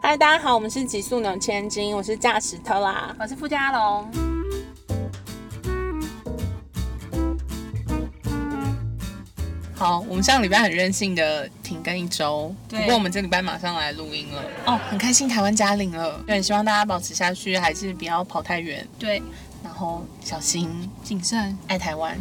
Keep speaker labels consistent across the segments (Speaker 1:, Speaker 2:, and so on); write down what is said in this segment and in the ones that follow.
Speaker 1: 嗨，大家好，我们是极速能千金，我是驾驶特拉。
Speaker 2: 我是傅家龙。
Speaker 1: 好，我们上礼拜很任性的停更一周，
Speaker 2: 对
Speaker 1: 不过我们这礼拜马上来录音了。哦，很开心台湾加领了，对，希望大家保持下去，还是不要跑太远，
Speaker 2: 对，
Speaker 1: 然后小心
Speaker 2: 谨慎
Speaker 1: 爱台湾。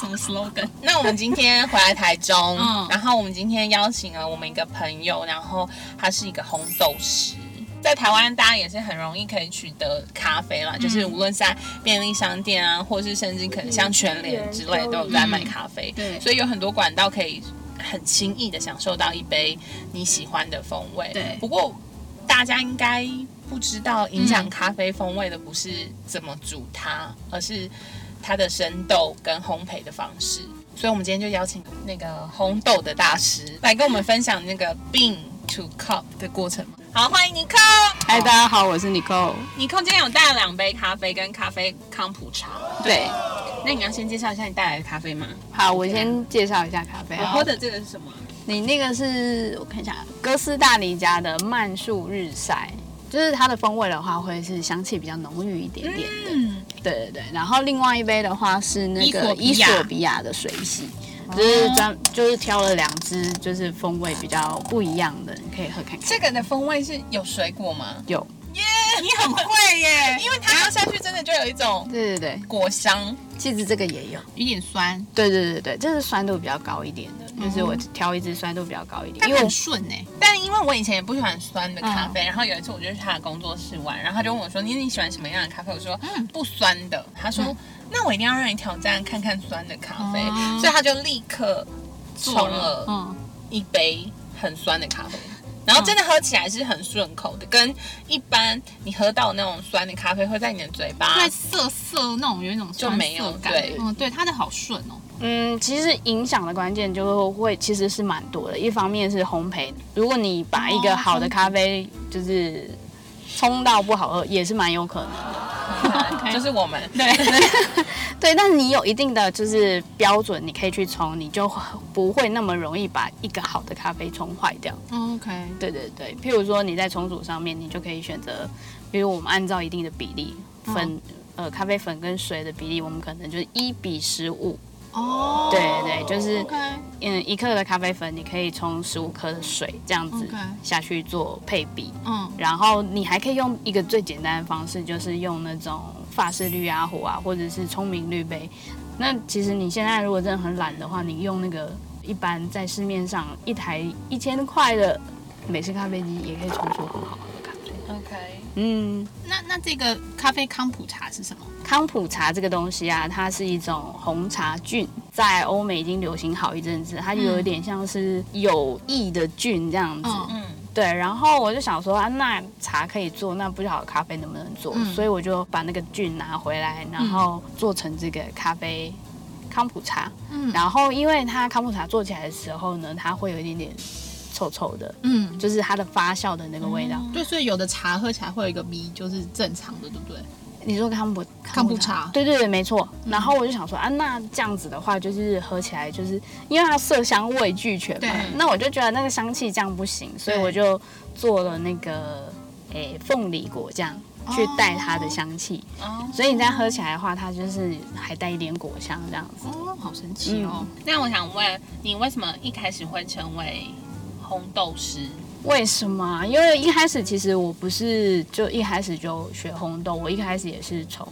Speaker 2: 什么 slogan？
Speaker 1: 那我们今天回来台中，
Speaker 2: 嗯
Speaker 1: 然后我们今天邀请了我们一个朋友，然后他是一个红豆师。在台湾，大家也是很容易可以取得咖啡
Speaker 2: 嗯
Speaker 1: 啦，就是无论是在便利商店啊，或是甚至可能像全联之类，都有在卖咖啡。
Speaker 2: 嗯对
Speaker 1: 所以有很多管道可以很轻易的享受到一杯你喜欢的风味。
Speaker 2: 对
Speaker 1: 不过大家应该不知道，影响
Speaker 2: 嗯
Speaker 1: 咖啡风味的不是怎么煮它，而是它的生豆跟烘焙的方式。所以，我们今天就邀请那个烘豆的大师来跟我们分享那个 bean to cup 的过程。好，欢迎尼克。
Speaker 3: 嗨，大家好，我是 Nicole。
Speaker 1: 尼克今天有带了两杯咖啡跟咖啡康普茶，
Speaker 3: 对，
Speaker 1: 那你要先介绍一下你带来的咖啡吗？
Speaker 3: 好，我先介绍一下咖啡。
Speaker 1: 我
Speaker 3: 好
Speaker 1: 喝，的这个是什么？
Speaker 3: 你那个是我看一下，哥斯达黎加的曼树日晒，就是它的风味的话，会是香气比较浓郁一点点的。
Speaker 2: 嗯，
Speaker 3: 对对对，然后另外一杯的话是那个
Speaker 1: 伊索
Speaker 3: 伊
Speaker 1: 比亚
Speaker 3: 索比亚的水洗，就是专就是挑了两支，就是风味比较不一样的，你可以喝看看。
Speaker 1: 这个的风味是有水果吗？
Speaker 3: 有，
Speaker 1: 耶、你很会耶！因为它喝下去真的就有一种
Speaker 3: 对对对，
Speaker 1: 果香，
Speaker 3: 其实这个也有。
Speaker 1: 有点酸，
Speaker 3: 对对对对，这是酸度比较高一点的，就是我挑一支酸度比较高一点，
Speaker 1: 但
Speaker 3: 因为我
Speaker 1: 很顺哎、但因为我以前也不喜欢酸的咖啡，然后有一次我就去他的工作室玩，然后他就问我说：“你你喜欢什么样的咖啡？”我说：“嗯不酸的。”他说：“那我一定要让你挑战看看酸的咖啡。
Speaker 3: 哦
Speaker 1: 所以他就立刻冲
Speaker 3: 做
Speaker 1: 了
Speaker 3: 嗯。
Speaker 1: 一杯很酸的咖啡，然后真的喝起来是很顺口的，跟一般你喝到那种酸的咖啡会在你的嘴巴。
Speaker 2: 对，涩涩那啊种有一种
Speaker 1: 就
Speaker 2: 酸
Speaker 1: 没有
Speaker 2: 涩感
Speaker 1: 对
Speaker 2: 嗯，对，它的好顺哦。
Speaker 3: 嗯，其实影响的关键就会其实是蛮多的，一方面是烘焙，如果你把一个好的咖啡就是冲到不好喝，也是蛮有可能的。
Speaker 1: 对 就是我们
Speaker 3: 对，但你有一定的就是标准，你可以去冲，你就不会那么容易把一个好的咖啡冲坏掉。
Speaker 2: 哦 OK，
Speaker 3: 对对对，譬如说你在重组上面，你就可以选择，比如我们按照一定的比例
Speaker 2: 嗯
Speaker 3: 粉，呃，咖啡粉跟水的比例，我们可能就是一比十五。
Speaker 2: 哦，
Speaker 3: 对对，就是
Speaker 2: ，OK，
Speaker 3: 嗯，一克的咖啡粉，你可以冲十五克的水这样子
Speaker 2: OK
Speaker 3: 下去做配比。
Speaker 2: 嗯，
Speaker 3: 然后你还可以用一个最简单的方式，就是用那种法式绿阿壶啊，或者是聪明绿杯。那其实你现在如果真的很懒的话，你用那个一般在市面上一台一千块的美式咖啡机，也可以冲出很好喝的咖啡。
Speaker 1: OK，
Speaker 3: 嗯，
Speaker 2: 那那这个咖啡康普茶是什么？
Speaker 3: 康普茶这个东西啊，它是一种红茶菌，在欧美已经流行好一阵子，它就有点像是有益的菌这样子。
Speaker 2: 嗯
Speaker 1: 嗯，
Speaker 3: 对，然后我就想说啊，那茶可以做，那不晓得咖啡能不能做，
Speaker 2: 嗯
Speaker 3: 所以我就把那个菌拿回来，然后做成这个咖啡康普茶。
Speaker 2: 嗯
Speaker 3: 然后因为它康普茶做起来的时候呢，它会有一点点臭臭的，
Speaker 2: 嗯，
Speaker 3: 就是它的发酵的那个味道。
Speaker 2: 对，所以有的茶喝起来会有一个味，就是正常的，对不对？
Speaker 3: 你说康普
Speaker 2: 康普茶嗯
Speaker 3: 对对对，没错。然后我就想说啊，那这样子的话，就是喝起来就是因为它色香味俱全
Speaker 2: 对
Speaker 3: 嘛，那我就觉得那个香气这样不行，所以
Speaker 2: 对
Speaker 3: 我就做了那个诶凤梨果酱
Speaker 2: 哦
Speaker 3: 去带它的香气，
Speaker 1: 哦，
Speaker 3: 所以你这样喝起来的话，它就是还带一点果香这样子。
Speaker 2: 哦，好神奇哦。
Speaker 1: 那我想问你，为什么一开始会成为烘豆师？
Speaker 3: 为什么啊？因为一开始其实我不是就一开始就学烘豆，我一开始也是从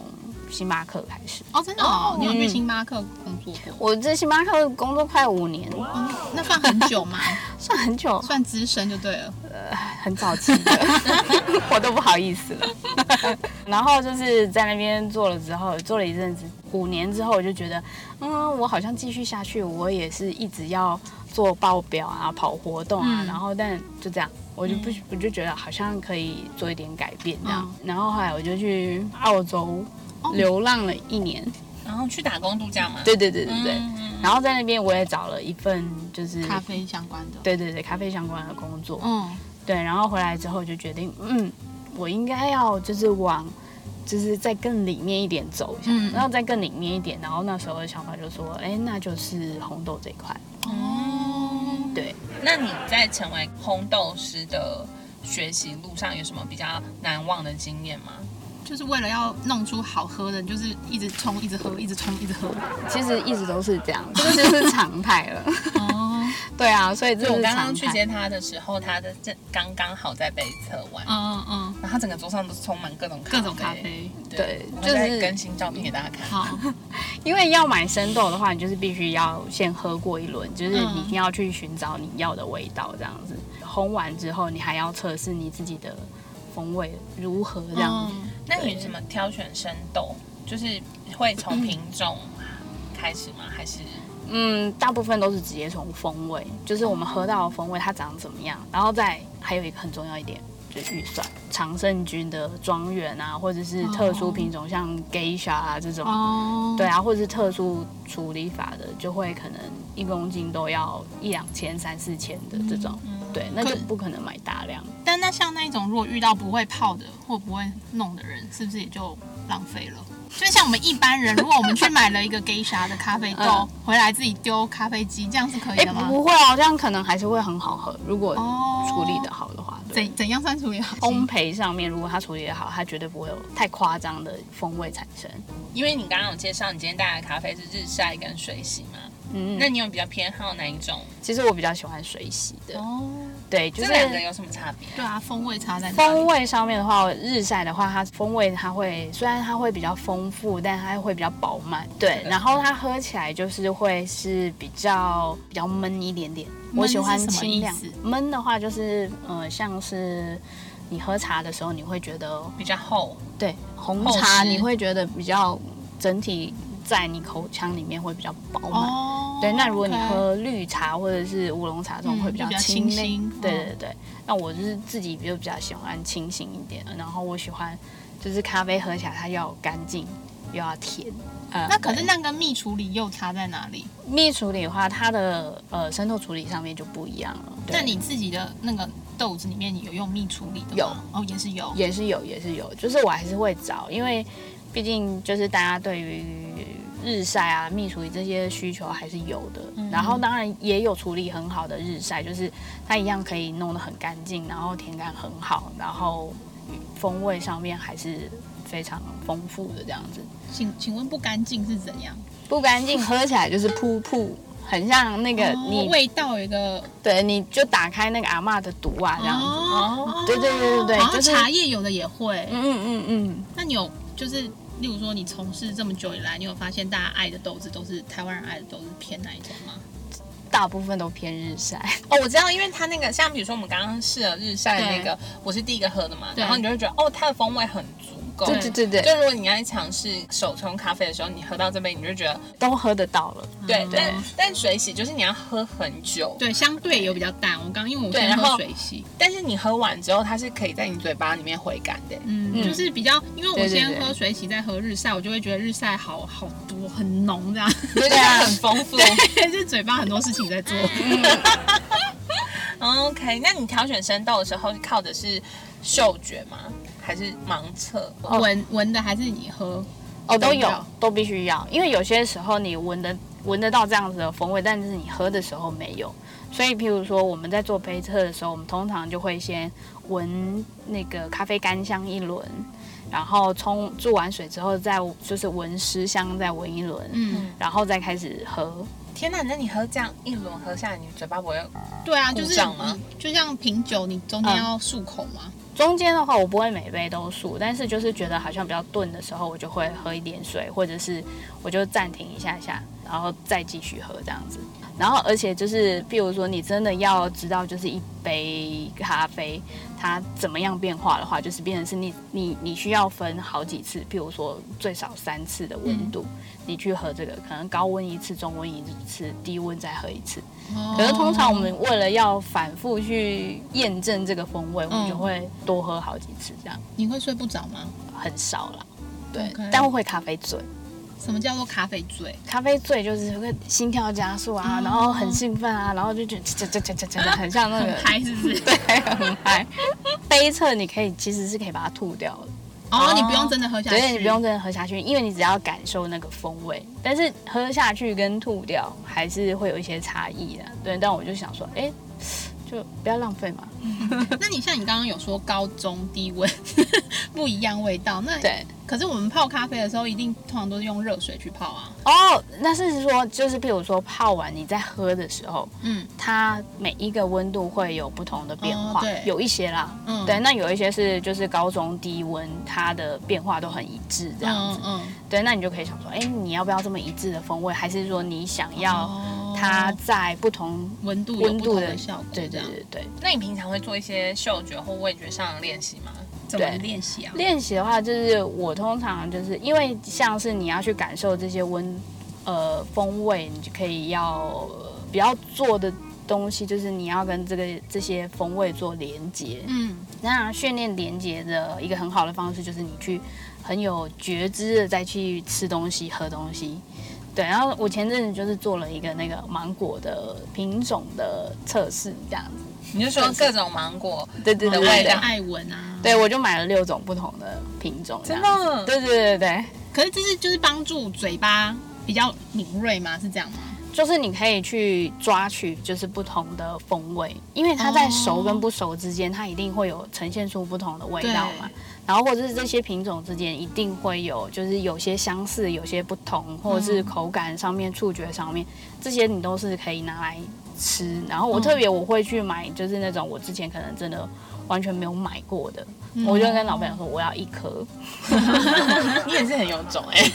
Speaker 3: 星巴克开始。
Speaker 2: 哦，真的哦，你有去
Speaker 3: 嗯
Speaker 2: 星巴克工作过？
Speaker 3: 我在星巴克工作快五年，
Speaker 2: 哦，那算很久吗？
Speaker 3: 算很久，
Speaker 2: 算资深就对了。
Speaker 3: 很早期的， 我都不好意思了。 然后就是在那边做了之后，做了一阵子，五年之后我就觉得，嗯，我好像继续下去，我也是一直要做报表啊、跑活动啊，
Speaker 2: 嗯
Speaker 3: 然后但就这样。我就不，我就觉得好像可以做一点改变这样，然后后来我就去澳洲
Speaker 2: 哦
Speaker 3: 流浪了一年，
Speaker 1: 然后去打工度假吗？
Speaker 3: 对对对对
Speaker 1: 嗯
Speaker 3: 对，
Speaker 1: 嗯
Speaker 3: 然后在那边我也找了一份就是
Speaker 2: 咖啡相关的。
Speaker 3: 对对对咖啡相关的工作，
Speaker 2: 嗯，
Speaker 3: 对，然后回来之后就决定，嗯，我应该要就是往，就是再更里面一点走一下，
Speaker 2: 嗯
Speaker 3: 然后再更里面一点。然后那时候的想法就说，哎，那就是红豆这一块。
Speaker 2: 哦，
Speaker 3: 对，
Speaker 1: 那你在成为烘豆师的学习路上有什么比较难忘的经验吗？
Speaker 2: 就是为了要弄出好喝的，就是一直冲，一直喝，一直冲，一直喝。
Speaker 3: 其实一直都是这样，这个就是常态了。
Speaker 2: 哦，
Speaker 3: 对啊，所以这
Speaker 1: 就我
Speaker 3: 是
Speaker 1: 刚
Speaker 3: 常
Speaker 1: 刚去
Speaker 3: 态。
Speaker 1: 接他的时候，他的正刚刚好在被测完，
Speaker 2: 嗯嗯，
Speaker 1: 然后他整个桌上都是充满各种
Speaker 2: 各种咖，啡。
Speaker 1: 对
Speaker 3: 对，
Speaker 1: 我
Speaker 3: 就是
Speaker 1: 再更新照片给大家看。
Speaker 2: 好，
Speaker 3: 因为要买生豆的话，你就是必须要先喝过一轮，就是你一定要去寻找你要的味道，这样子。烘完之后，你还要测试你自己的风味如何这样子。
Speaker 2: 嗯
Speaker 1: 那你怎么挑选生豆？就是会从品种开始吗？还是
Speaker 3: 嗯，大部分都是直接从风味，就是我们喝到的风味它长怎么样，然后再还有一个很重要一点就是预算，常胜军的庄园啊，或者是特殊品种、像 geisha 啊这种，
Speaker 2: 哦，
Speaker 3: 对，啊，或者是特殊处理法的，就会可能一公斤都要一两千、三四千的这种，
Speaker 2: 嗯
Speaker 3: 对，那就
Speaker 2: 可
Speaker 3: 不可能买大量。
Speaker 2: 但那像那一种，如果遇到不会泡的或不会弄的人，是不是也就浪费了？就像我们一般人，如果我们去买了一个 g e 的咖啡豆、
Speaker 3: 嗯
Speaker 2: 回来自己丢咖啡机，这样是可以
Speaker 3: 哎、
Speaker 2: 的吗？
Speaker 3: 不会哦，这样可能还是会很好喝，如果
Speaker 2: 哦
Speaker 3: 处理的好的话。对
Speaker 2: 怎怎样算处理好？
Speaker 3: 烘焙上面，如果它处理的好，它绝对不会有太夸张的风味产生。
Speaker 1: 因为你刚刚有介绍，你今天带来的咖啡是日晒跟水洗嘛？
Speaker 3: 嗯，
Speaker 1: 那你有比较偏好哪一种？
Speaker 3: 其实我比较喜欢水洗的，
Speaker 2: 哦，
Speaker 3: 对，就
Speaker 1: 这
Speaker 3: 是
Speaker 1: 两个有什么差别？
Speaker 2: 对啊，风味差在哪里？
Speaker 3: 风味上面的话，日晒的话，它风味它会虽然它会比较丰富，但它会比较饱满，对
Speaker 1: 是，的
Speaker 3: 然后它喝起来就是会是比较比较闷一点点。我喜欢
Speaker 2: 闷是什么
Speaker 3: 清亮
Speaker 2: 意思，
Speaker 3: 闷的话就是呃像是。你喝茶的时候，你会觉得
Speaker 1: 比较厚，
Speaker 3: 对红
Speaker 1: 厚
Speaker 3: 茶，
Speaker 1: 实
Speaker 3: 你会觉得比较整体在你口腔里面会比较饱满。
Speaker 2: 哦，
Speaker 3: 对，那如果你
Speaker 2: OK
Speaker 3: 喝绿茶或者是乌龙茶这种
Speaker 2: 嗯
Speaker 3: 会比较
Speaker 2: 就比较
Speaker 3: 清
Speaker 2: 清
Speaker 3: 新
Speaker 2: 新，
Speaker 3: 对
Speaker 2: 嗯
Speaker 3: 对对。那我就是自己就比较喜欢清新一点，然后我喜欢就是咖啡喝起来它要干净又要甜。呃
Speaker 2: 哦那可是
Speaker 3: 对
Speaker 2: 那个蜜处理又差在哪里？
Speaker 3: 蜜处理的话，它的呃生豆处理上面就不一样了。对
Speaker 2: 那你自己的那个豆子里面有用蜜处理的吗？
Speaker 3: 有
Speaker 2: 哦，也是有。
Speaker 3: 也是有，也是有，就是我还是会找，因为毕竟就是大家对于日晒啊、蜜处理这些需求还是有的。
Speaker 2: 嗯
Speaker 3: 然后当然也有处理很好的日晒，就是它一样可以弄得很干净，然后甜感很好，然后风味上面还是非常丰富的这样子。
Speaker 2: 请请问不干净是怎样？
Speaker 3: 不干净喝起来就是噗噗，很像那个、
Speaker 2: 哦
Speaker 3: 你
Speaker 2: 味道有一个
Speaker 3: 对，你就打开那个阿嬷的毒啊这样子。
Speaker 2: 哦
Speaker 3: 对对对对对
Speaker 2: 好像
Speaker 3: 就是
Speaker 2: 茶叶有的也会。
Speaker 3: 嗯嗯嗯嗯。
Speaker 2: 那你有就是，例如说你从事这么久以来，你有发现大家爱的豆子都是台湾人爱的豆子偏哪一种吗？
Speaker 3: 大部分都偏日晒，
Speaker 1: 哦，我知道，因为它那个像比如说我们刚刚试了日晒的那个，我是第一个喝的嘛，
Speaker 2: 对
Speaker 1: 然后你就会觉得哦，它的风味很足够。
Speaker 3: 对对对对，
Speaker 1: 就如果你要尝试手冲咖啡的时候，你喝到这杯，你就觉得
Speaker 3: 都喝得到了。
Speaker 1: 对，
Speaker 2: 嗯
Speaker 1: 但但水洗就是你要喝很久，
Speaker 2: 对，相对有比较淡。我刚因为我
Speaker 1: 对
Speaker 2: 先
Speaker 1: 然
Speaker 2: 喝
Speaker 1: 后
Speaker 2: 水洗，
Speaker 1: 但是你喝完之后，它是可以在你嘴巴里面回甘的。
Speaker 2: 嗯，
Speaker 3: 嗯
Speaker 2: 就是比较，因为我
Speaker 3: 对对
Speaker 2: 先
Speaker 3: 对
Speaker 2: 喝水洗再喝日晒，我就会觉得日晒好好多，很浓这样，
Speaker 1: 对对，它很丰富。
Speaker 2: 就嘴巴很多事情在做。
Speaker 1: OK，那你挑选生豆的时候靠的是嗅觉吗？还是盲测？
Speaker 3: 哦
Speaker 2: 闻闻的还是你喝？
Speaker 3: 哦，都
Speaker 2: 都
Speaker 3: 有
Speaker 2: 要，
Speaker 3: 都必须要，因为有些时候你闻得闻得到这样子的风味，但是你喝的时候没有。所以，譬如说我们在做杯测的时候，我们通常就会先闻那个咖啡干香一轮，然后冲注完水之后再就是闻湿香，再闻一轮，
Speaker 2: 嗯，
Speaker 3: 然后再开始喝。
Speaker 1: 天哪，那你喝这样一轮喝下来，你嘴巴不会？
Speaker 2: 对啊，就是
Speaker 1: 故障吗
Speaker 2: 你就像品酒，你中间
Speaker 3: 嗯
Speaker 2: 要漱口嘛。
Speaker 3: 中间的话，我不会每杯都数，但是就是觉得好像比较钝的时候，我就会喝一点水，或者是我就暂停一下下，然后再继续喝这样子。然后而且就是，譬如说你真的要知道，就是一杯咖啡它怎么样变化的话，就是变成是你你你需要分好几次，譬如说最少三次的温度，你去喝这个，可能高温一次，中温一次，低温再喝一次。可是通常我们为了要反复去验证这个风味，我们就会多喝好几次，这样
Speaker 2: 你会睡不着吗？
Speaker 3: 很少啦。对
Speaker 2: OK
Speaker 3: 但会咖啡醉，
Speaker 2: 什么叫做咖啡醉？
Speaker 3: 咖啡醉就是会心跳加速啊，
Speaker 2: 哦
Speaker 3: 然后很兴奋啊，然后就觉得这这这这这很像那
Speaker 2: 很
Speaker 3: 个
Speaker 2: 嗨是不是？
Speaker 3: 对，很嗨。杯测你可以其实是可以把它吐掉的，
Speaker 2: 哦，你不用真的喝下去，
Speaker 3: 对，你不用真的喝下去，因为你只要感受那个风味，但是喝下去跟吐掉还是会有一些差异的。对，但我就想说，哎、就不要浪费嘛。
Speaker 2: 那你像你刚刚有说高中低温 不一样味道，那
Speaker 3: 对，
Speaker 2: 可是我们泡咖啡的时候，一定通常都是用热水去泡啊。
Speaker 3: 哦，那是说就是譬如说泡完你在喝的时候，
Speaker 2: 嗯
Speaker 3: 它每一个温度会有不同的变
Speaker 2: 哦
Speaker 3: 化，
Speaker 2: 对
Speaker 3: 有一些啦，
Speaker 2: 嗯，
Speaker 3: 对，那有一些是就是高中低温，它的变化都很一致这样子。
Speaker 2: 嗯嗯，
Speaker 3: 对，那你就可以想说，哎、你要不要这么一致的风味？还是说你想要
Speaker 2: 哦
Speaker 3: 它在不同？
Speaker 2: 温度有
Speaker 3: 温
Speaker 2: 不
Speaker 3: 度
Speaker 2: 同
Speaker 3: 的
Speaker 2: 的效果，
Speaker 3: 对
Speaker 2: 这
Speaker 3: 对
Speaker 2: 样
Speaker 3: 对对，
Speaker 1: 那你平常会做一些嗅觉或味觉上的练习吗？
Speaker 2: 怎么
Speaker 3: 对
Speaker 2: 练习啊？
Speaker 3: 练习的话，就是我通常就是因为像是你要去感受这些温呃风味，你就可以要呃比较做的东西，就是你要跟这个这些风味做连接。
Speaker 2: 嗯
Speaker 3: 那训练连接的一个很好的方式，就是你去很有觉知的再去吃东西、喝东西。对，然后我前阵子就是做了一个那个芒果的品种的测试，这样子。
Speaker 1: 你就说各种芒果，
Speaker 3: 对对
Speaker 2: 哦
Speaker 3: 对，
Speaker 2: 对
Speaker 1: 嗯
Speaker 3: 我
Speaker 1: 味
Speaker 3: 对
Speaker 1: 道
Speaker 2: 爱闻啊，
Speaker 3: 对我就买了六种不同的品种，这
Speaker 1: 真
Speaker 3: 样
Speaker 1: 的
Speaker 3: 对对对对，
Speaker 2: 可是这是就是帮助嘴巴比较敏锐吗？是这样吗？
Speaker 3: 就是你可以去抓取就是不同的风味，因为它在熟
Speaker 2: 哦
Speaker 3: 跟不熟之间，它一定会有呈现出不同的味道嘛。然后或者是这些品种之间一定会有，就是有些相似，有些不同，或者
Speaker 2: 嗯
Speaker 3: 是口感上面、触觉上面，这些你都是可以拿来吃。然后
Speaker 2: 嗯
Speaker 3: 我特别我会去买，就是那种我之前可能真的完全没有买过的，
Speaker 2: 嗯
Speaker 3: 我就跟老板娘说我要一颗。
Speaker 1: 你也是很有种 哎、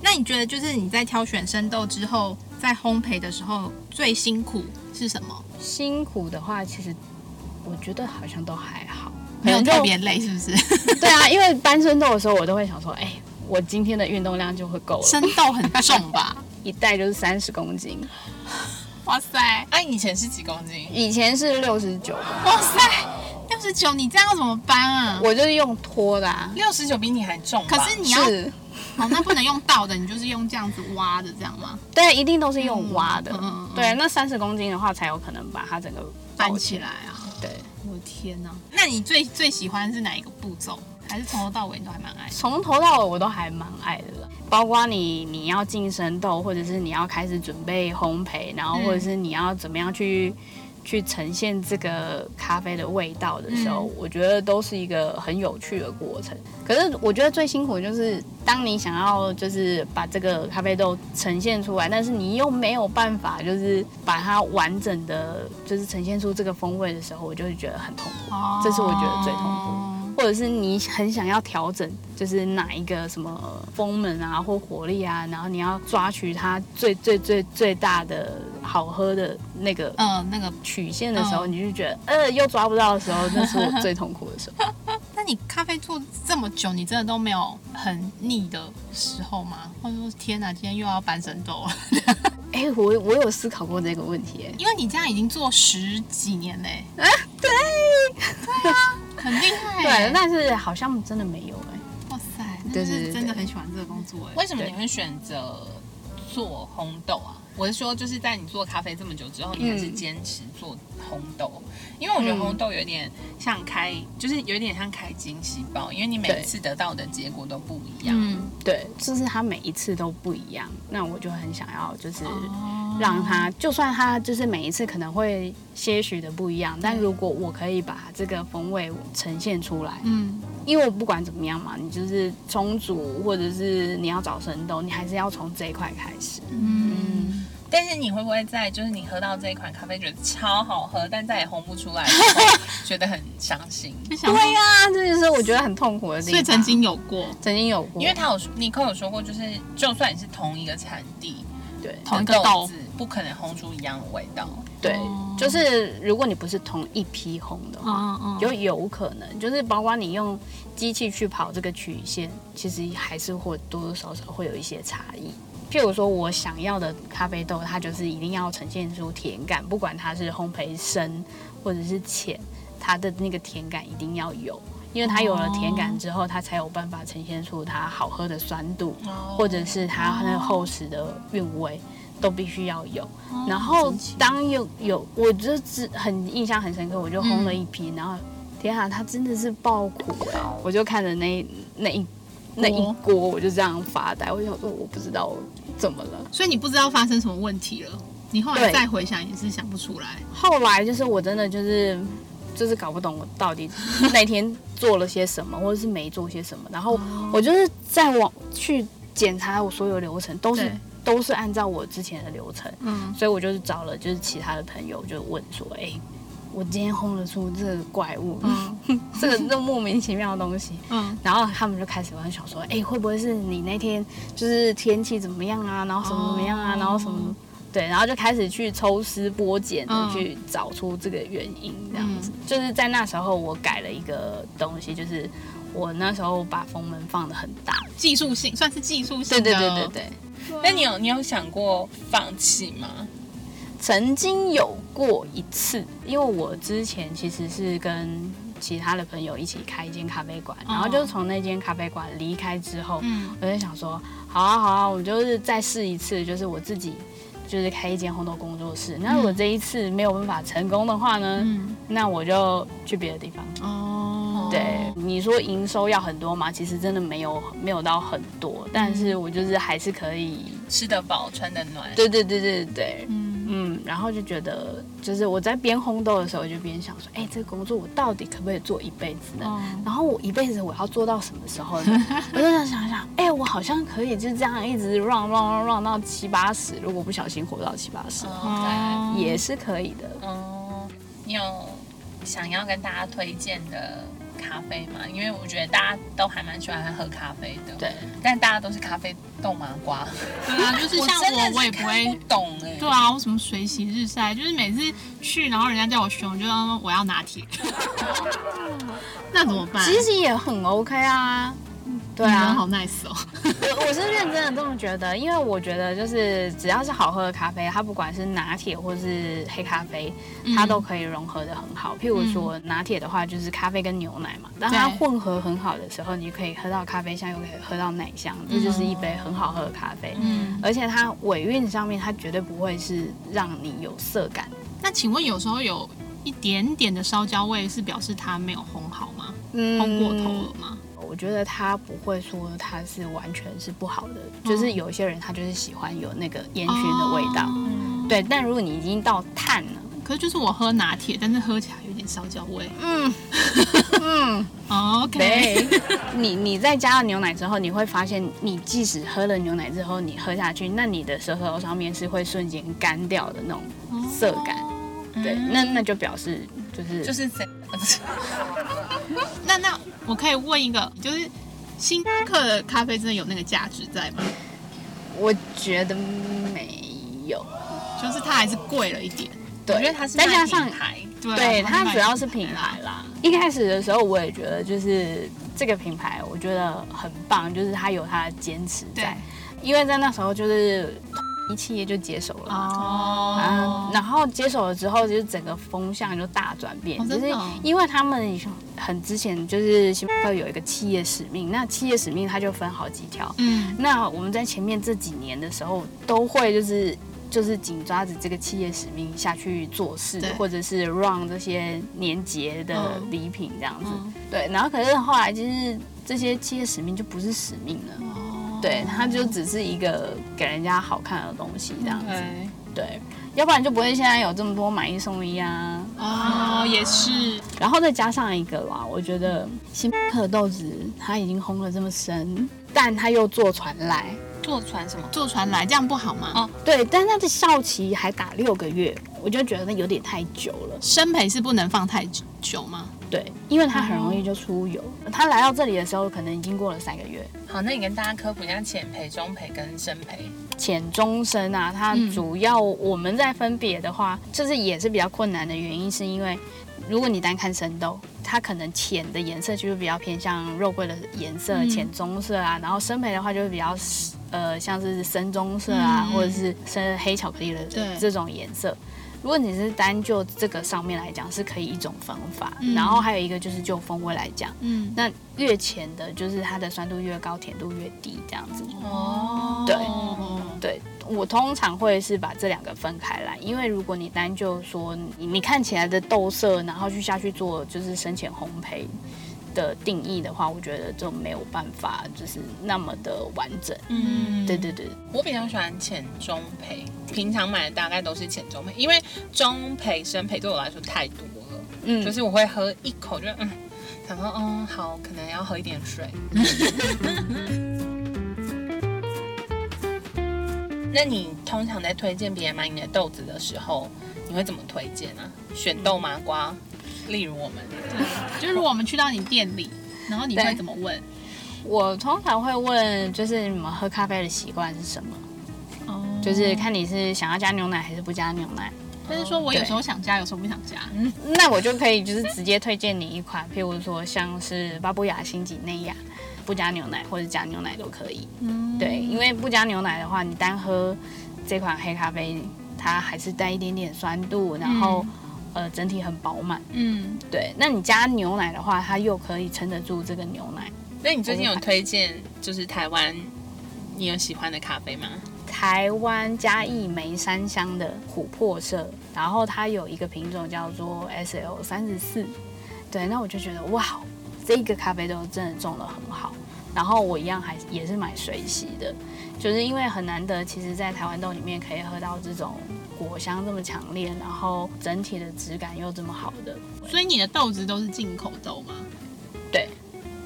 Speaker 2: 那你觉得就是你在挑选生豆之后，在烘焙的时候最辛苦是什么？
Speaker 3: 辛苦的话，其实我觉得好像都还好，
Speaker 2: 没有
Speaker 3: 可能就
Speaker 2: 特别累，是不是？
Speaker 3: 对啊，因为搬生豆的时候，我都会想说，哎、我今天的运动量就会够了，
Speaker 2: 生豆很重吧？
Speaker 3: 一袋就是三十公斤，
Speaker 2: 哇塞，
Speaker 1: 哎、以前是几公斤？
Speaker 3: 以前是六十九公
Speaker 2: 哇塞，六十九，你这样要怎么搬啊？
Speaker 3: 我就是用拖的、啊。
Speaker 1: 六十九比你还重吧，
Speaker 2: 可是你要
Speaker 3: 是，
Speaker 2: 哦，那不能用倒的，你就是用这样子挖的，这样吗？
Speaker 3: 对，一定都是用挖的。
Speaker 2: 嗯嗯嗯嗯
Speaker 3: 对，那三十公斤的话，才有可能把它整个
Speaker 2: 搬
Speaker 3: 抱
Speaker 2: 起来。啊！
Speaker 3: 对，
Speaker 2: 我的天哪、那你最最喜欢是哪一个步骤？还是从头到尾你都还蛮爱？
Speaker 3: 从头到尾我都还蛮爱的啦，包括你你要进生豆，或者是你要开始准备烘焙，然后
Speaker 2: 嗯
Speaker 3: 或者是你要怎么样去、去呈现这个咖啡的味道的时候，
Speaker 2: 嗯
Speaker 3: 我觉得都是一个很有趣的过程。可是我觉得最辛苦的就是当你想要就是把这个咖啡豆呈现出来，但是你又没有办法就是把它完整的就是呈现出这个风味的时候，我就会觉得很痛苦。
Speaker 2: 哦
Speaker 3: 这是我觉得最痛苦
Speaker 2: 苦。
Speaker 3: 或者是你很想要调整，就是哪一个什么风门啊或火力啊，然后你要抓取它最最最最大的好喝的那个
Speaker 2: 嗯、那个，
Speaker 3: 曲线的时候，
Speaker 2: 嗯
Speaker 3: 你就觉得呃又抓不到的时候，那是我最痛苦的时候。
Speaker 2: 那你咖啡做这么久，你真的都没有很腻的时候吗？或者说，天哪，今天又要搬生豆了？
Speaker 3: 哎、我我有思考过这个问题、哎，
Speaker 2: 因为你这样已经做十几年嘞、
Speaker 3: 啊，对，
Speaker 2: 很厉害、
Speaker 3: 对，，但是好像真的没有哎、
Speaker 2: 哇塞，那
Speaker 3: 对
Speaker 2: 就
Speaker 3: 对对对
Speaker 2: 是真的很喜欢这个工作哎、
Speaker 1: 为什么你会选择做烘豆啊？我是说，就是在你做咖啡这么久之后，你还是坚持做烘豆，因为我觉得烘豆有点像开，就是有点像开惊喜包，因为你每
Speaker 3: 对
Speaker 1: 一次得到的结果都不一样。
Speaker 2: 嗯，
Speaker 3: 对，就是它每一次都不一样，那我就很想要就是。
Speaker 2: 哦
Speaker 3: 让它，就算它就是每一次可能会些许的不一样，但如果我可以把这个风味呈现出来，
Speaker 2: 嗯，
Speaker 3: 因为我不管怎么样嘛，你就是冲煮或者是你要找生豆，你还是要从这一块开始。
Speaker 2: 嗯，
Speaker 1: 但是你会不会在就是你喝到这一款咖啡觉得超好喝，但再也烘不出来的时 候，觉得很伤心？
Speaker 2: 就想
Speaker 3: 对
Speaker 2: 说，
Speaker 3: 呀、这就是我觉得很痛苦的地方。
Speaker 2: 啊所以曾经有过
Speaker 3: 曾经有过，
Speaker 1: 因为他有尼克有说过，就是就算你是同一个产地，
Speaker 3: 对
Speaker 2: 同一个豆
Speaker 1: 豆子不可能烘出一样的味道。
Speaker 3: 对
Speaker 2: 哦，
Speaker 3: 就是如果你不是同一批烘的话，
Speaker 2: 嗯嗯
Speaker 3: 就有可能，就是包括你用机器去跑这个曲线，其实还是会多多少少会有一些差异。譬如说，我想要的咖啡豆，它就是一定要呈现出甜感，不管它是烘焙深或者是浅，它的那个甜感一定要有，因为它有了甜感之后，它才有办法呈现出它好喝的酸度，或者是它那个厚实的韵味，都必须要有。然后当有有，我就只很印象很深刻，我就烘了一批，然后天啊，它真的是爆苦哎、我就看着那那一那一锅，我就这样发呆，我就想说我不知道我怎么了，
Speaker 2: 所以你不知道发生什么问题了，你后来
Speaker 3: 对
Speaker 2: 再回想也是想不出来，
Speaker 3: 后来就是我真的就是就是搞不懂我到 底那天做了些什么，或者是没做些什么。然后
Speaker 2: 哦
Speaker 3: 我就是在网去检查我所有流程，都是
Speaker 2: 对
Speaker 3: 都是按照我之前的流程，
Speaker 2: 嗯，
Speaker 3: 所以我就是找了就是其他的朋友，就问说，哎、我今天烘了出这个怪物， 这个这个莫名其妙的东西，
Speaker 2: 嗯，
Speaker 3: 然后他们就开始玩想说，哎、会不会是你那天就是天气怎么样啊，然后什么怎么样啊，
Speaker 2: 哦
Speaker 3: 然后什么，对，然后就开始去抽丝剥茧的
Speaker 2: 嗯
Speaker 3: 去找出这个原因，这样子。就是在那时候，我改了一个东西，就是我那时候把风门放的很大，
Speaker 2: 技术性算是技术性
Speaker 3: 对
Speaker 2: 的，哦
Speaker 3: 对对对对，
Speaker 1: 那你有你有想过放弃吗？
Speaker 3: 曾经有过一次，因为我之前其实是跟其他的朋友一起开一间咖啡馆，然后就是从那间咖啡馆离开之后，
Speaker 2: 哦嗯
Speaker 3: 我就想说，好啊好啊，我就是再试一次，就是我自己就是开一间烘豆工作室。那我这一次没有办法成功的话呢，
Speaker 2: 嗯，
Speaker 3: 那我就去别的地方。
Speaker 2: 哦，
Speaker 3: 对，你说营收要很多嘛？其实真的没有没有到很多，但是我就是还是可以。
Speaker 1: 吃得饱，穿得暖。
Speaker 3: 对对对对对。
Speaker 2: 嗯，
Speaker 3: 嗯，然后就觉得，就是我在边烘豆的时候，我就边想说，哎、这个工作我到底可不可以做一辈子呢？
Speaker 2: 哦
Speaker 3: 然后我一辈子我要做到什么时候 呢？我就想想想，哎、我好像可以就这样一直 run run run run 到七八十，如果不小心活到七八十，
Speaker 1: 哦，
Speaker 2: 嗯
Speaker 3: 也是可以的。
Speaker 1: 对，哦，你有想要跟大家推荐的咖啡吗？因为我觉得大家都还蛮喜欢喝咖啡的。，
Speaker 3: 对，
Speaker 2: 嗯
Speaker 1: 但大家都是咖啡豆麻瓜。
Speaker 2: 对啊， 就是像
Speaker 1: 真的
Speaker 2: 我，
Speaker 1: 是
Speaker 2: 我也不
Speaker 1: 看
Speaker 2: 会。
Speaker 1: 懂哎、
Speaker 2: 对啊，我什么水洗日晒，就是每次去，然后人家叫我熊，我就说我要拿铁， 那怎么办？
Speaker 3: 其实也很 OK 啊。对
Speaker 2: 嗯你人
Speaker 3: 啊，
Speaker 2: 好 nice 哦。
Speaker 3: 我我是认真的这么觉得，因为我觉得就是只要是好喝的咖啡，它不管是拿铁或是黑咖啡，
Speaker 2: 嗯
Speaker 3: 它都可以融合的很好。譬如说拿铁的话，就是咖啡跟牛奶嘛，当它
Speaker 2: 对
Speaker 3: 混合很好的时候，你就可以喝到咖啡香，又可以喝到奶香，这就是一杯很好喝的咖啡。
Speaker 2: 嗯，
Speaker 3: 而且它尾韵上面，它绝对不会是让你有涩感。
Speaker 2: 那请问有时候有一点点的烧焦味，是表示它没有烘好吗？
Speaker 3: 嗯
Speaker 2: 烘过头了吗？
Speaker 3: 我觉得它不会说它是完全是不好的，就是有些人他就是喜欢有那个烟熏的味道。
Speaker 2: 哦
Speaker 3: 对，但如果你已经到碳了，
Speaker 2: 可是就是我喝拿铁，但是喝起来有点烧焦味。
Speaker 3: 嗯嗯，
Speaker 2: 哦 OK，
Speaker 3: 对， 你你再加了牛奶之后，你会发现，你即使喝了牛奶之后，你喝下去，那你的舌头上面是会瞬间干掉的那种涩感。对，那那就表示就是
Speaker 1: 就是怎
Speaker 2: 那那我可以问一个，就是星巴克的咖啡真的有那个价值在吗？
Speaker 3: 我觉得没有，
Speaker 2: 就是它还是贵了一点。
Speaker 3: 对，
Speaker 1: 我觉得它是
Speaker 3: 再加
Speaker 1: 卖
Speaker 3: 上
Speaker 1: 品牌，
Speaker 2: 对啊
Speaker 3: 对，
Speaker 2: 它
Speaker 3: 它
Speaker 2: 卖
Speaker 3: 主要是品牌啦。一开始的时候，我也觉得就是这个品牌，我觉得很棒，就是它有它的坚持在
Speaker 2: 对。
Speaker 3: 因为在那时候就是一企业就接手了嘛，
Speaker 2: 哦
Speaker 3: 啊，然后接手了之后，就是整个风向就大转变，
Speaker 2: 哦
Speaker 3: 就
Speaker 2: 真的
Speaker 3: 是
Speaker 2: 哦
Speaker 3: 因为他们以前很之前就是星巴克有一个企业使命，那企业使命它就分好几条，
Speaker 2: 嗯
Speaker 3: 那我们在前面这几年的时候，都会就是就是紧抓着这个企业使命下去做事
Speaker 2: 对，
Speaker 3: 或者是 run 这些年节的
Speaker 2: 嗯
Speaker 3: 礼品这样子。
Speaker 2: 嗯
Speaker 3: 对，然后可是后来就是这些企业使命就不是使命了，
Speaker 2: 哦
Speaker 3: 对，它就只是一个给人家好看的东西这样子。
Speaker 2: 嗯
Speaker 1: 对，
Speaker 3: 对，要不然就不会现在有这么多买一送一啊。
Speaker 2: 哦也是
Speaker 3: 然后再加上一个啦，我觉得星巴克的豆子它已经烘了这么深，但它又坐船来。
Speaker 1: 坐船什么？
Speaker 2: 坐船来，这样不好吗？
Speaker 1: 哦
Speaker 3: 对，但它的效期还打六个月，我就觉得有点太久了。
Speaker 2: 生培是不能放太久吗？
Speaker 3: 对，因为它很容易就出油，它来到这里的时候可能已经过了三个月。
Speaker 1: 好，那你跟大家科普一下浅培、中培跟深培。
Speaker 3: 浅中生啊，它
Speaker 2: 嗯
Speaker 3: 主要我们在分别的话，就是也是比较困难的原因，是因为如果你单看生豆，它可能浅的颜色就是比较偏向肉桂的颜色，
Speaker 2: 嗯
Speaker 3: 浅棕色啊，然后深培的话就是比较呃像是深棕色啊，
Speaker 2: 嗯
Speaker 3: 或者是深黑巧克力
Speaker 2: 对
Speaker 3: 的这种颜色。如果你是单就这个上面来讲，是可以一种分法，
Speaker 2: 嗯
Speaker 3: 然后还有一个就是就风味来讲，
Speaker 2: 嗯，
Speaker 3: 那越浅的就是它的酸度越高，甜度越低这样子。
Speaker 1: 哦
Speaker 3: 对
Speaker 2: 哦，
Speaker 3: 对我通常会是把这两个分开来，因为如果你单就说你你看起来的豆色，然后去下去做就是深浅烘焙，的定义的话，我觉得就没有办法就是那么的完整。
Speaker 1: 嗯
Speaker 3: 对对对，
Speaker 1: 我比较喜欢浅中培，平常买的大概都是浅中培，因为中培、深培对我来说太多了，
Speaker 3: 嗯，
Speaker 1: 就是我会喝一口就嗯，想说嗯好，可能要喝一点水。 那你通常在推荐别人买你的豆子的时候，你会怎么推荐啊？选豆麻瓜，例如我们，
Speaker 2: 就是如果我们去到你店里，然后你
Speaker 3: 对
Speaker 2: 会怎么问？
Speaker 3: 我通常会问，就是你们喝咖啡的习惯是什么？
Speaker 2: 哦，
Speaker 3: 就是看你是想要加牛奶还是不加牛奶。
Speaker 2: 就是说我有时候想加，有时候不想加。
Speaker 3: 那我就可以就是直接推荐你一款，譬如说像是巴布亚新几内亚，不加牛奶或者加牛奶都可以。
Speaker 2: 嗯，
Speaker 3: 对，因为不加牛奶的话，你单喝这款黑咖啡，它还是带一点点酸度，然后、呃整体很饱满。
Speaker 2: 嗯，
Speaker 3: 对，那你加牛奶的话，它又可以撑得住这个牛奶。
Speaker 1: 那你最近有推荐就是台湾你有喜欢的咖啡吗？
Speaker 3: 台湾嘉义梅山乡的琥珀色，然后它有一个品种叫做 SL 三十四，对，那我就觉得哇，这个咖啡豆真的种的很好。然后我一样还也是买水洗的，就是因为很难得，其实在台湾豆里面可以喝到这种果香这么强烈，然后整体的质感又这么好的。
Speaker 2: 所以你的豆子都是进口豆吗？
Speaker 3: 对，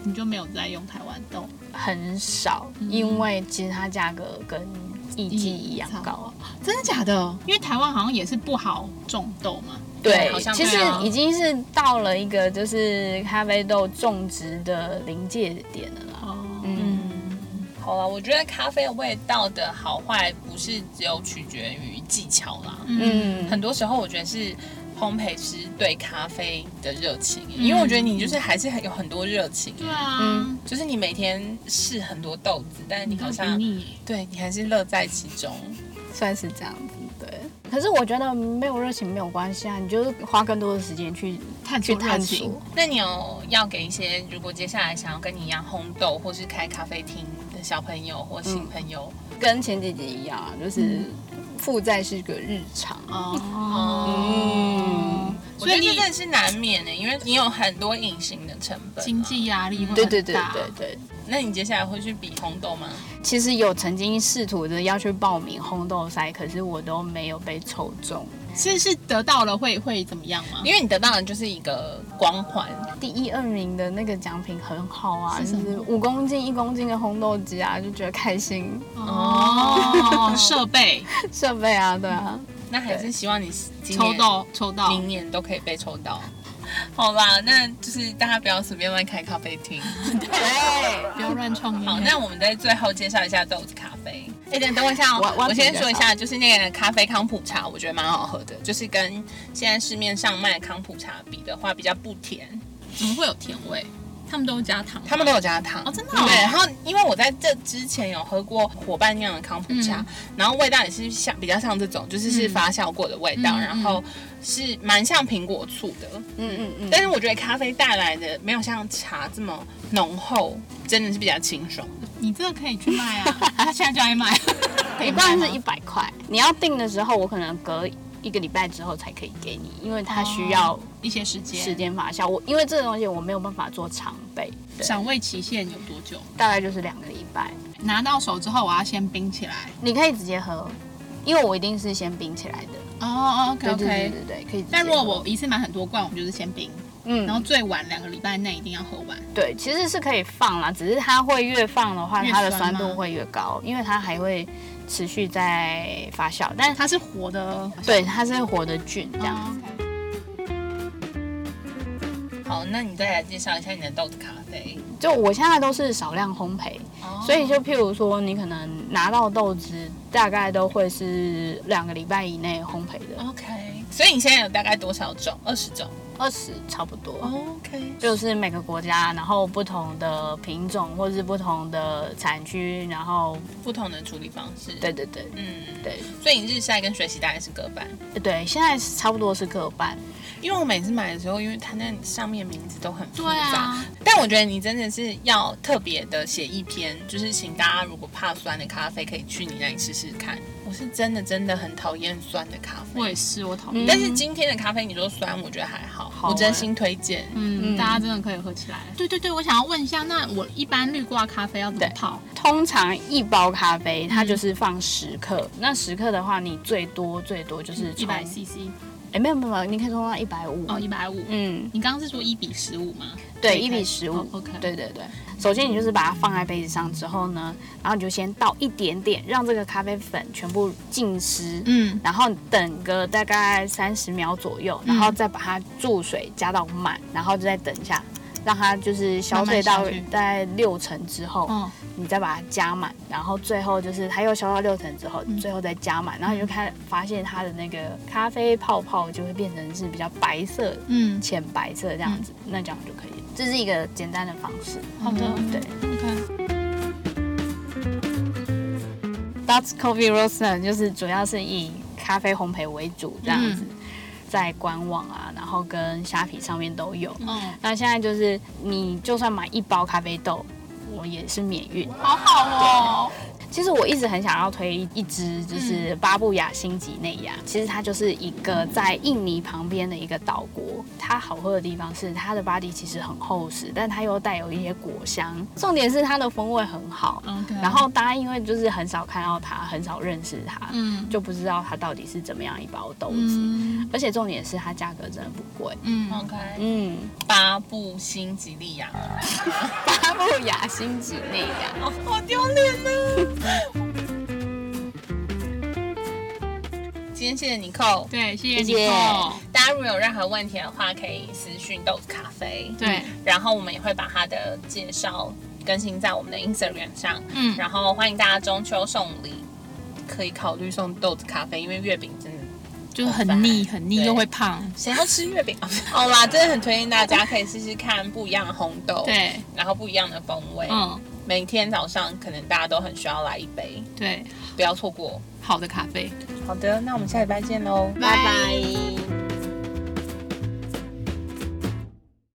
Speaker 2: 你就没有在用台湾豆，
Speaker 3: 很少，因为其实它价格跟艺伎一样高。
Speaker 2: 真的假的？因为台湾好像也是不好种豆嘛。
Speaker 1: 对
Speaker 3: 对
Speaker 1: 好像，
Speaker 3: 其实
Speaker 1: 对啊
Speaker 3: 已经是到了一个就是咖啡豆种植的临界点了啦。
Speaker 2: 哦，
Speaker 3: 嗯，
Speaker 1: 好了，我觉得咖啡的味道的好坏不是只有取决于技巧啦，很
Speaker 3: 嗯，
Speaker 1: 多时候我觉得是烘焙师对咖啡的热情，
Speaker 2: 嗯
Speaker 1: 因为我觉得你就是还是很有很多热情，
Speaker 2: 对啊，
Speaker 3: 嗯
Speaker 1: 就是你每天试很多豆子，但是你好
Speaker 2: 很
Speaker 1: 像
Speaker 2: 腻耶
Speaker 1: 对你还是乐在其中。
Speaker 3: 算是这样子。对，可是我觉得没有热情没有关系啊，你就是花更多的时间去
Speaker 2: 探
Speaker 3: 去
Speaker 2: 索热
Speaker 3: 探
Speaker 2: 情
Speaker 3: 索。。
Speaker 1: 那你有要给一些如果接下来想要跟你一样烘豆或是开咖啡厅的小朋友或新
Speaker 2: 嗯
Speaker 1: 朋友，
Speaker 3: 跟前几集一样啊，就是负债是个日常。啊
Speaker 2: 哦，
Speaker 1: 我
Speaker 2: 所
Speaker 1: 觉
Speaker 2: 以
Speaker 1: 得这
Speaker 2: 你
Speaker 1: 真的是难免欸的、因为你有很多隐形的成本、
Speaker 2: 经。济压力会很大。
Speaker 3: 对对对对对，
Speaker 1: 那你接下来会去比烘豆吗？
Speaker 3: 其实有曾经试图的要去报名烘豆赛，可是我都没有被抽中。
Speaker 2: 是是得到了会会怎么样吗？
Speaker 1: 因为你得到的就是一个光环，
Speaker 3: 第一二名的那个奖品很好啊，
Speaker 2: 是什
Speaker 3: 就
Speaker 2: 么
Speaker 3: 是五公斤、一公斤的烘豆机啊，就觉得开心。
Speaker 2: 哦，设备
Speaker 3: 设备啊，对啊，
Speaker 1: 那还是希望你今
Speaker 2: 抽
Speaker 1: 年、
Speaker 2: 到抽到，
Speaker 1: 明年都可以被抽到。好啦，那就是大家不要随便乱开咖啡厅。
Speaker 3: 对，
Speaker 2: 不要乱创业。
Speaker 1: 好，那我们在最后介绍一下豆子咖啡。哎、等等我一下、哦，
Speaker 3: 我
Speaker 1: 我
Speaker 3: 我
Speaker 1: 先说一下，就是那个咖啡康普茶，我觉得蛮好喝的，就是跟现在市面上卖的康普茶比的话，比较不甜。
Speaker 2: 怎么会有甜味？他们都加糖吗，
Speaker 1: 他们都有加糖
Speaker 2: 哦，真的哦
Speaker 1: 对，然后因为我在这之前有喝过伙伴酿的康普茶，
Speaker 2: 嗯
Speaker 1: 然后味道也是像比较像这种，就是是
Speaker 2: 嗯
Speaker 1: 发酵过的味道，
Speaker 2: 嗯嗯
Speaker 1: 然后是蛮像苹果醋的，
Speaker 3: 嗯嗯嗯，
Speaker 2: 哎
Speaker 1: 但是我觉得咖啡带来的没有像茶这么浓厚，真的是比较清爽。
Speaker 2: 你这个可以去卖啊，他现在就来卖，
Speaker 3: 一罐是一百块，你要订的时候，我可能隔一个礼拜之后才可以给你，因为它需要
Speaker 2: 一些时间。
Speaker 3: 时间发酵。我因为这个东西我没有办法做常备，对，
Speaker 2: 赏味期限有多久？
Speaker 3: 大概就是两个礼拜。
Speaker 2: 拿到手之后，我要先冰起来。
Speaker 3: 你可以直接喝，因为我一定是先冰起来的。
Speaker 2: 哦
Speaker 3: 对
Speaker 2: ，OK
Speaker 3: 对对
Speaker 2: OK。
Speaker 3: 对对，可以直接喝。
Speaker 2: 但如果我一次买很多罐，我们就是先冰，
Speaker 3: 嗯
Speaker 2: 然后最晚两个礼拜内一定要喝完。
Speaker 3: 对，其实是可以放啦，只是它会越放的话，
Speaker 2: 越
Speaker 3: 它的
Speaker 2: 酸
Speaker 3: 酸
Speaker 2: 吗
Speaker 3: 度会越高，因为它还会持续在发酵，但是它
Speaker 2: 它是活的，
Speaker 3: 对它是活的菌这样。
Speaker 2: 哦，OK
Speaker 1: 好，那你再来介绍一下你的豆子咖啡。
Speaker 3: 就我现在都是少量烘焙，
Speaker 2: 哦
Speaker 3: 所以就譬如说，你可能拿到豆子，大概都会是两个礼拜以内烘焙的，
Speaker 1: OK，所以你现在有大概多少种？二十种。
Speaker 3: 二十差不
Speaker 2: 哦
Speaker 3: 多。
Speaker 1: OK，
Speaker 3: 就是每个国家，然后不同的品种或是不同的产区，然后
Speaker 1: 不同的处理方式。
Speaker 3: 对，对对
Speaker 1: 嗯，
Speaker 3: 对
Speaker 1: 所以你日晒跟水洗大概是各半。
Speaker 3: 对，现在差不多是各半。
Speaker 1: 因为我每次买的时候，因为它那上面名字都很复杂，
Speaker 2: 对啊
Speaker 1: 但我觉得你真的是要特别的写一篇，就是请大家如果怕酸的咖啡，可以去你那里试试看。我是真的真的很讨厌酸的咖啡，
Speaker 2: 我也是，我讨厌。
Speaker 3: 嗯
Speaker 1: 但是今天的咖啡你说酸，我觉得还好。欸
Speaker 3: 好
Speaker 1: 我
Speaker 3: 哎
Speaker 1: 真心推荐。
Speaker 2: 嗯，
Speaker 3: 嗯
Speaker 2: 大家真的可以喝起来。对对对，我想要问一下，那我一般绿挂咖啡要怎么
Speaker 3: 对
Speaker 2: 泡？
Speaker 3: 通常一包咖啡它就是放十克，那十克的话，你最多最多就是
Speaker 2: 嗯一百
Speaker 3: 从
Speaker 2: CC
Speaker 3: 哎，没有没有没有，你可以冲到一百五。
Speaker 2: 哦，一百五。
Speaker 3: 嗯，
Speaker 2: 你刚刚是说一比十五吗？
Speaker 3: 对，
Speaker 2: 可以
Speaker 3: 一
Speaker 2: 开
Speaker 3: 比
Speaker 2: 始
Speaker 3: 十
Speaker 2: 哦
Speaker 3: 五。
Speaker 2: ，OK
Speaker 3: 对对对。首先你就是把它放在杯子上之后呢，然后你就先倒一点点，让这个咖啡粉全部浸湿。
Speaker 1: 嗯，
Speaker 3: 然后等个大概三十秒左右，
Speaker 2: 嗯
Speaker 3: 然后再把它注水加到满，然后再等一下，让它就是消退
Speaker 2: 慢
Speaker 3: 到
Speaker 2: 慢下去
Speaker 3: 大概六成之后，
Speaker 2: 哦，
Speaker 3: 你再把它加满，然后最后就是它又消到六成之后，
Speaker 2: 嗯
Speaker 3: 最后再加满，然后你就看发现它的那个咖啡泡泡就会变成是比较白色、
Speaker 2: 嗯，
Speaker 3: 浅白色这样子，那这样就可以了。这是一个简单的方式。
Speaker 2: 好的
Speaker 3: 嗯对。
Speaker 2: ，OK。
Speaker 3: Dutch Coffee Roaster 就是主要是以咖啡烘焙为主这样子，
Speaker 2: 嗯
Speaker 3: 在官网啊，然后跟虾皮上面都有。
Speaker 2: 哦，
Speaker 3: 那现在就是你就算买一包咖啡豆，我也是免运。
Speaker 2: 好好哦。嗯
Speaker 3: 其实我一直很想要推一支，就是巴布亚新几内亚。其实它就是一个在印尼旁边的一个岛国。它好喝的地方是它的巴蒂其实很厚实，但它又带有一些果香。重点是它的风味很好。
Speaker 2: OK。
Speaker 3: 然，后大家因为就是很少看到它，很少认识它，
Speaker 2: 嗯，
Speaker 3: 就不知道它到底是怎么样一包豆子。
Speaker 2: 嗯
Speaker 3: 而且重点是它价格真的不贵。
Speaker 2: 嗯，
Speaker 1: OK，
Speaker 3: 嗯，
Speaker 1: 巴布新吉利亚，
Speaker 3: 巴布亚新几内亚。
Speaker 1: 哦， 好丢脸啊呢。 今天谢谢你扣，
Speaker 2: 对，谢
Speaker 3: 谢
Speaker 2: 谢
Speaker 3: 谢
Speaker 2: 你哦。
Speaker 1: 大家如果有任何问题的话，可以私讯豆子咖啡。
Speaker 2: 对，
Speaker 1: 然后我们也会把它的介绍更新在我们的 Instagram 上。
Speaker 2: 嗯，
Speaker 1: 然后欢迎大家中秋送礼，可以考虑送豆子咖啡，因为月饼真的
Speaker 2: 就是很腻，很腻
Speaker 1: 对
Speaker 2: 又会胖。
Speaker 1: 谁要吃 月饼？好啦，真的很推荐大家可以试试看不一样的红豆，，
Speaker 2: 对，
Speaker 1: 然后不一样的风味。
Speaker 2: 嗯，
Speaker 1: 每天早上可能大家都很需要来一杯，
Speaker 2: 对，
Speaker 1: 不要错过。
Speaker 2: 好的咖啡。
Speaker 1: 好的，那我们下礼拜见喽，
Speaker 2: 拜
Speaker 1: 拜